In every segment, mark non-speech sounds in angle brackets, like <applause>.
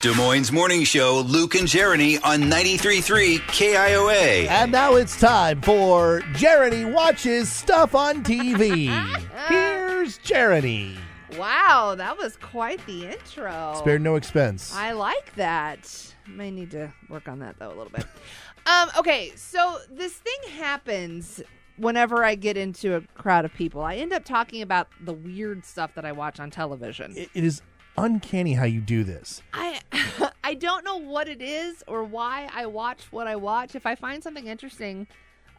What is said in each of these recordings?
Des Moines Morning Show, Luke and Jeremy on 93.3 KIOA. And now it's time for Jeremy Watches Stuff on <laughs> TV. Here's Jeremy. Wow, that was quite the intro. Spared no expense. Oh. I like that. May need to work on that though a little bit. <laughs> um, okay, so this thing happens whenever I get into a crowd of people. I end up talking about the weird stuff that I watch on television. It- it is uncanny how you do this. I <laughs> I don't know what it is or why I watch what I watch. If I find something interesting,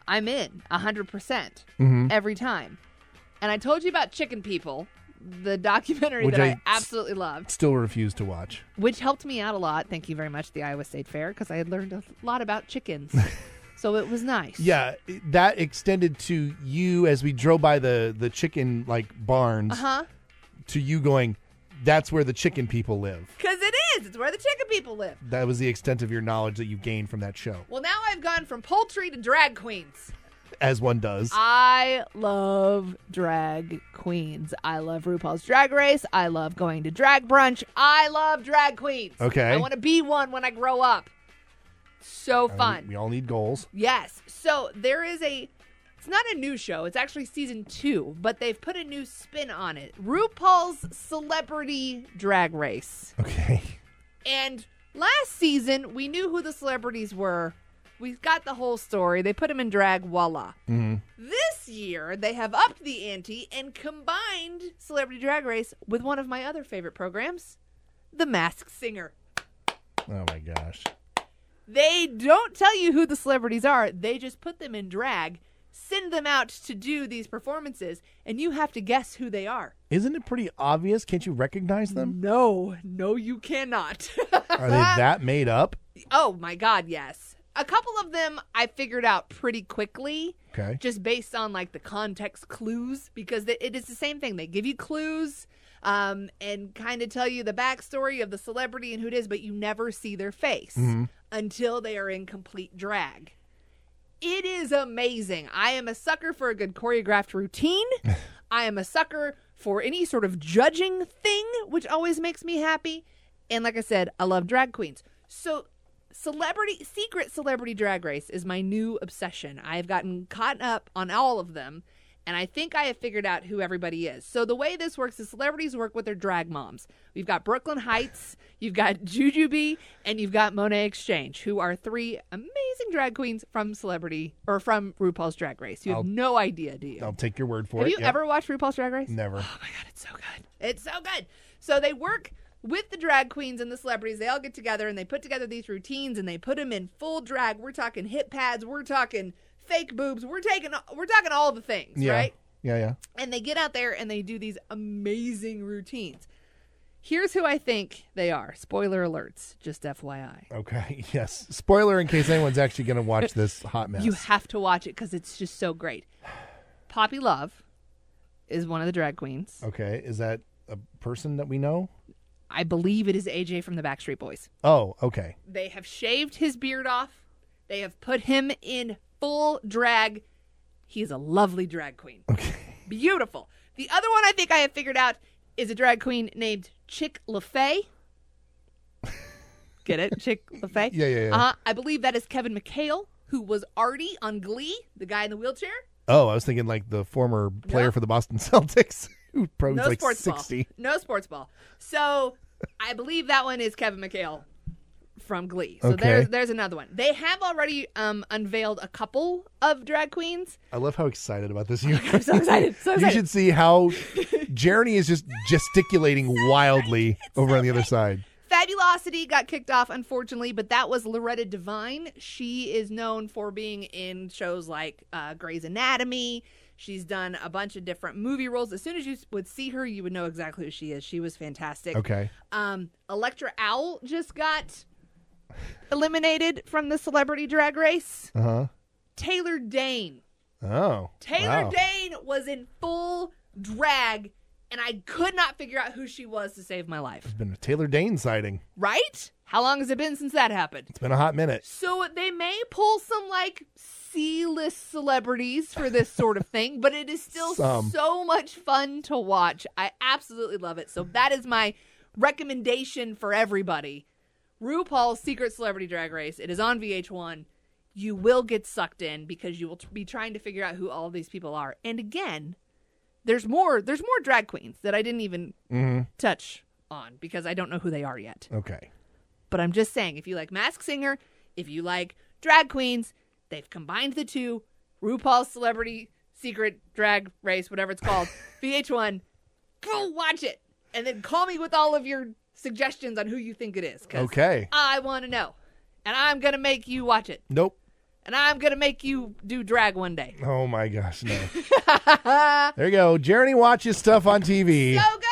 I'm in 100% Mhm. every time. And I told you about Chicken People, the documentary Which that I I absolutely loved. Still refuse to watch. which helped me out a lot. Thank you very much, the Iowa State Fair, because I had learned a lot <laughs> about chickens. so it was nice. Yeah, that extended to you as we drove by the the chicken like barns Uh huh. to you going, "That's where the chicken people live." Because it is. It's where the chicken people live. That was the extent of your knowledge that you gained from that show, Well, now I've gone from poultry to drag queens. as one does. Ah, I love drag queens. I love RuPaul's Drag Race. I love going to drag brunch. I love drag queens. Okay. I want to be one when I grow up. So I mean, fun. we all need goals. Yes. So there is a. It's not a new show. It's actually season two, but they've put a new spin on it. RuPaul's Celebrity Drag Race. Okay. <laughs> And last season, we knew who the celebrities were. We got the whole story. They put them in drag, voila. Mhm. This year, they have upped the ante and combined Celebrity Drag Race with one of my other favorite programs, The Masked Singer. Oh my gosh. They don't tell you who the celebrities are. They just put them in drag, send them out to do these performances, and you have to guess who they are. Isn't it pretty obvious? Can't you recognize them? No, no, you cannot. <laughs> Are they that made up? oh my God, yes. A couple of them I figured out pretty quickly, Okay. just based on like the context clues, because it it is the same thing. They give you clues um, and kind of tell you the backstory of the celebrity and who it is, but you never see their face until they are in complete drag. It is amazing. I am a sucker for a good choreographed routine. I am a sucker for any sort of judging thing, which always makes me happy. And like I said, I love drag queens. So, celebrity, secret celebrity drag race is my new obsession. I've gotten caught up on all of them, and I think I have figured out who everybody is. So, the way this works is celebrities work with their drag moms. We've got Brooklyn Heights, you've got Jujubee, and you've got Monet Exchange, who are three amazing drag queens from celebrity or from RuPaul's Drag Race. You have I'll- no idea, do you? I'll take your word for Have it. you Yep. ever watched RuPaul's Drag Race? Never. Oh my god, it's so good. It's so good. So they work with the drag queens and the celebrities. They all get together and they put together these routines and they put them in full drag. We're talking hip pads. We're talking fake boobs. We're taking. We're talking all the things, Yeah. right? Yeah, yeah. And they get out there and they do these amazing routines. Here's who I think they are. Spoiler alerts, just FYI. Okay. <laughs> Yes. Spoiler in case anyone's actually going to watch this hot mess. You have to watch it because it's just so great. Poppy Love is one of the drag queens. okay. Is that a person that we know? I believe it is AJ from the Backstreet Boys. Oh, okay. They have shaved his beard off. They have put him in full drag. He is a lovely drag queen. Okay. <laughs> Beautiful. The other one I think I have figured out is a drag queen named Chick LaFay. Get it? Chick LaFay? <laughs> Yeah, yeah, yeah. Uh, I believe that is Kevin McHale, who was Artie on Glee, the guy in the wheelchair. Oh, I was thinking like the former player No. for the Boston <laughs> Celtics who probably No was like sports 60. ball. No sports ball. So I believe that one is Kevin McHale from Glee. So Okay. there's there's another one. They have already um, unveiled a couple of drag queens. <laughs> I love how excited about this you I'm so excited. So You excited. should see <laughs> how Jeremy is just gesticulating wildly over on the other side. Fabulosity got kicked off, unfortunately, but that was Loretta Devine. She is known for being in shows like uh, Grey's Anatomy. She's done a bunch of different movie roles. As soon as you would see her, you would know exactly who she is. She was fantastic. Okay. Um, Electra Owl just got eliminated from the celebrity drag race. Uh huh. Taylor Dane. Oh. Taylor wow. Dane was in full drag, and I could not figure out who she was to save my life. Been a Taylor Dane sighting. Right? How long has it been since that happened? It's been a hot minute. So they may pull some like C list celebrities for this sort of thing, but it is still Some. so much fun to watch. I absolutely love it. So that is my recommendation for everybody. RuPaul's Secret Celebrity Drag Race. It is on VH1. You will get sucked in because you will t- be trying to figure out who all these people are. And again, there's more. There's more drag queens that I didn't even touch on because I don't know who they are yet. Okay. But I'm just saying, if you like Mask Singer, if you like drag queens, they've combined the two. RuPaul's Celebrity Secret Drag Race, whatever it's called, VH1. Go watch it, and then call me with all of your suggestions on who you think it is. 'cause Okay. I want to know, and I'm gonna make you watch it, Nope. and I'm gonna make you do drag one day. <laughs> Oh my gosh, no. there you go. Jeremy watches stuff on TV. Go, go,